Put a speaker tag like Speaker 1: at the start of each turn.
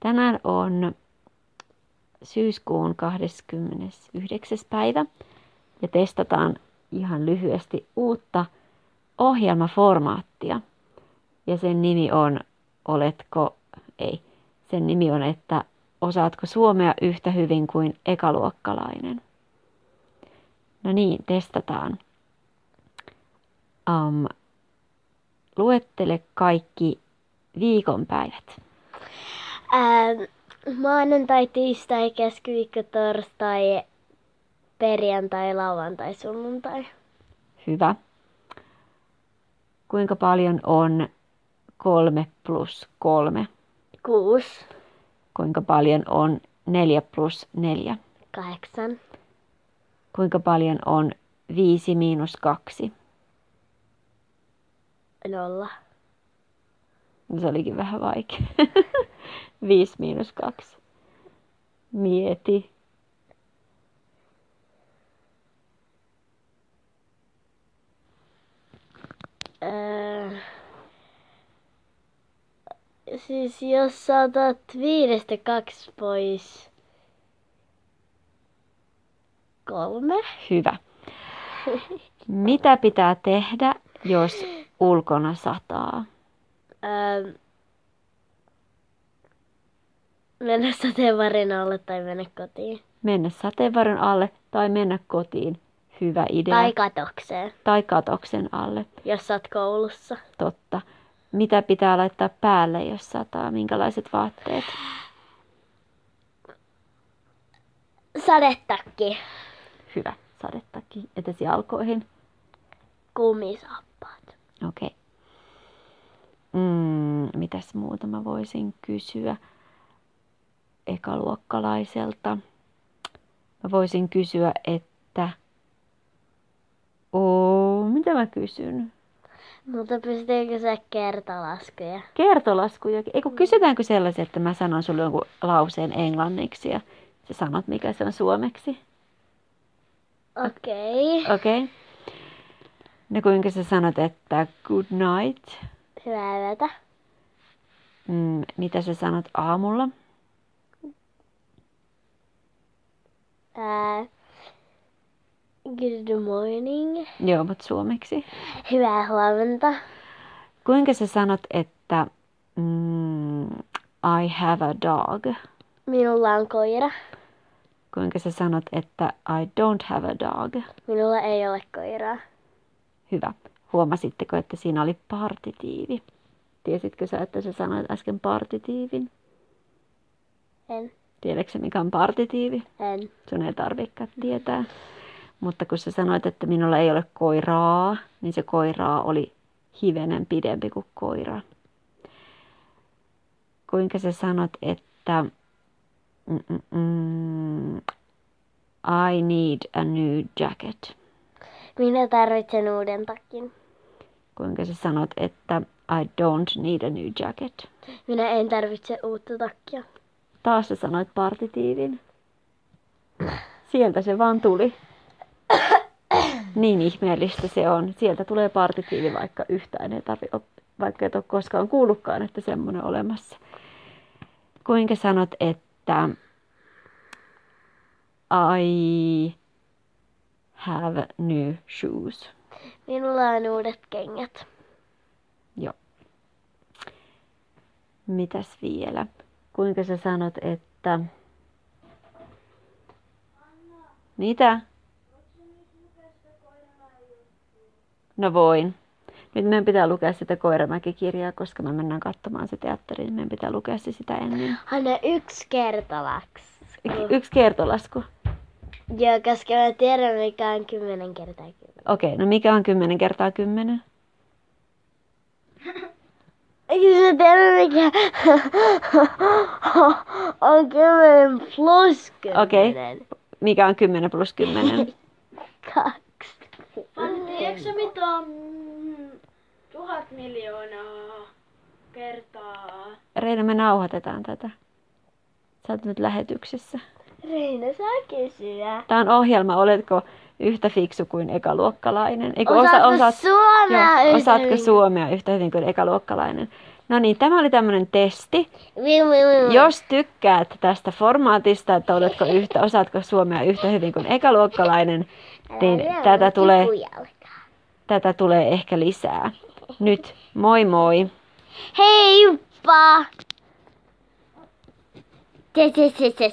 Speaker 1: Tänään on syyskuun 29. päivä ja testataan ihan lyhyesti uutta ohjelmaformaattia. Ja sen nimi on Oletko, ei, sen nimi on, että osaatko suomea yhtä hyvin kuin ekaluokkalainen. No niin, testataan. Um, luettele kaikki viikonpäivät.
Speaker 2: Ähm, maanantai, tiistai, keskiviikko, torstai, perjantai, lauantai, sunnuntai.
Speaker 1: Hyvä. Kuinka paljon on kolme plus kolme?
Speaker 2: Kuusi,
Speaker 1: Kuinka paljon on neljä plus neljä?
Speaker 2: kahdeksan,
Speaker 1: Kuinka paljon on viisi miinus kaksi?
Speaker 2: nolla,
Speaker 1: No se olikin vähän vaikea. 5 miinus 2. Mieti.
Speaker 2: Äh, siis jos sä otat viidestä kaksi pois, kolme,
Speaker 1: Hyvä. Mitä pitää tehdä, jos ulkona sataa?
Speaker 2: ähm, mennä sateenvarjon alle tai mennä kotiin.
Speaker 1: Mennä sateenvarjon alle tai mennä kotiin. Hyvä idea.
Speaker 2: Tai katokseen,
Speaker 1: tai katoksen alle.
Speaker 2: jos sä oot koulussa.
Speaker 1: Totta. Mitä pitää laittaa päälle, jos sataa? Minkälaiset vaatteet?
Speaker 2: Sadetakki,
Speaker 1: Hyvä. Sadettakin etesijalkoihin.
Speaker 2: kumisappaat.
Speaker 1: Okei. Mm, mitäs muuta mä voisin kysyä ekaluokkalaiselta? Mä voisin kysyä, että... Oo, mitä mä kysyn?
Speaker 2: Mutta pystyykö sä kertalaskuja?
Speaker 1: Kertolaskuja. Ei kun kysytäänkö sellaisia, että mä sanon sulle jonkun lauseen englanniksi ja sä sanot, mikä se on suomeksi.
Speaker 2: Okei. Okay.
Speaker 1: Okei. Okay. No kuinka sä sanot, että good night?
Speaker 2: Hyvää yötä.
Speaker 1: Mm, mitä sä sanot aamulla?
Speaker 2: Ää, good morning.
Speaker 1: Joo, mutta suomeksi.
Speaker 2: Hyvää huomenta.
Speaker 1: Kuinka sä sanot, että mm, I have a dog?
Speaker 2: Minulla on koira.
Speaker 1: Kuinka sä sanot, että I don't have a dog?
Speaker 2: Minulla ei ole koiraa.
Speaker 1: Hyvä. Huomasitteko, että siinä oli partitiivi? Tiesitkö sä, että sä sanoit äsken partitiivin?
Speaker 2: En,
Speaker 1: Tiedätkö sä, mikä on partitiivi?
Speaker 2: en.
Speaker 1: Sun ei tarvikaan tietää. Mutta kun sä sanoit, että minulla ei ole koiraa, niin se koiraa oli hivenen pidempi kuin koira. Kuinka sä sanot, että mm, mm, mm, I need a new jacket?
Speaker 2: Minä tarvitsen uuden takin.
Speaker 1: Kuinka sä sanot, että I don't need a new jacket?
Speaker 2: Minä en tarvitse uutta takkia.
Speaker 1: Taas sä sanoit partitiivin. Sieltä se vaan tuli. Niin ihmeellistä se on. Sieltä tulee partitiivi, vaikka yhtään ei tarvi oppia, vaikka et ole koskaan kuullutkaan, että semmoinen on olemassa. Kuinka sanot, että I have new shoes?
Speaker 2: Minulla on uudet kengät.
Speaker 1: Joo. Mitäs vielä? Kuinka sä sanot, että... Mitä? No voin. Nyt meidän pitää lukea sitä Koiramäki-kirjaa, koska me mennään katsomaan se teatteri, niin meidän pitää lukea se sitä ennen.
Speaker 2: Anna yksi kertalaksi.
Speaker 1: Y- yksi kertolasku.
Speaker 2: Joo, koska mä tiedän mikä on kymmenen kertaa kymmenen.
Speaker 1: Okei, no mikä on 10 kertaa 10?
Speaker 2: Eikö se tiedä mikä on kymmenen plus
Speaker 1: Okei.
Speaker 2: kymmenen?
Speaker 1: Mikä on 10 plus 10?
Speaker 2: Kaksi.
Speaker 3: Antti, eikö se mitään mm, tuhat miljoonaa kertaa?
Speaker 1: Reina, me nauhoitetaan tätä. Sä oot nyt lähetyksessä.
Speaker 2: Reina saa kysyä.
Speaker 1: Tämä on ohjelma, oletko yhtä fiksu kuin ekaluokkalainen? Eikö
Speaker 2: Osaatko suomea yhtä
Speaker 1: osaatko
Speaker 2: hyvin?
Speaker 1: suomea yhtä hyvin kuin ekaluokkalainen? No niin, tämä oli tämmöinen testi.
Speaker 2: Viu, viu, viu.
Speaker 1: Jos tykkäät tästä formaatista, että oletko yhtä, osaatko suomea yhtä hyvin kuin ekaluokkalainen,
Speaker 2: Älä
Speaker 1: niin
Speaker 2: lyö
Speaker 1: tätä
Speaker 2: mun
Speaker 1: tulee,
Speaker 2: kipujalkaa.
Speaker 1: tätä tulee ehkä lisää. Nyt, moi moi!
Speaker 2: Heippa! Se, se, se, se, se.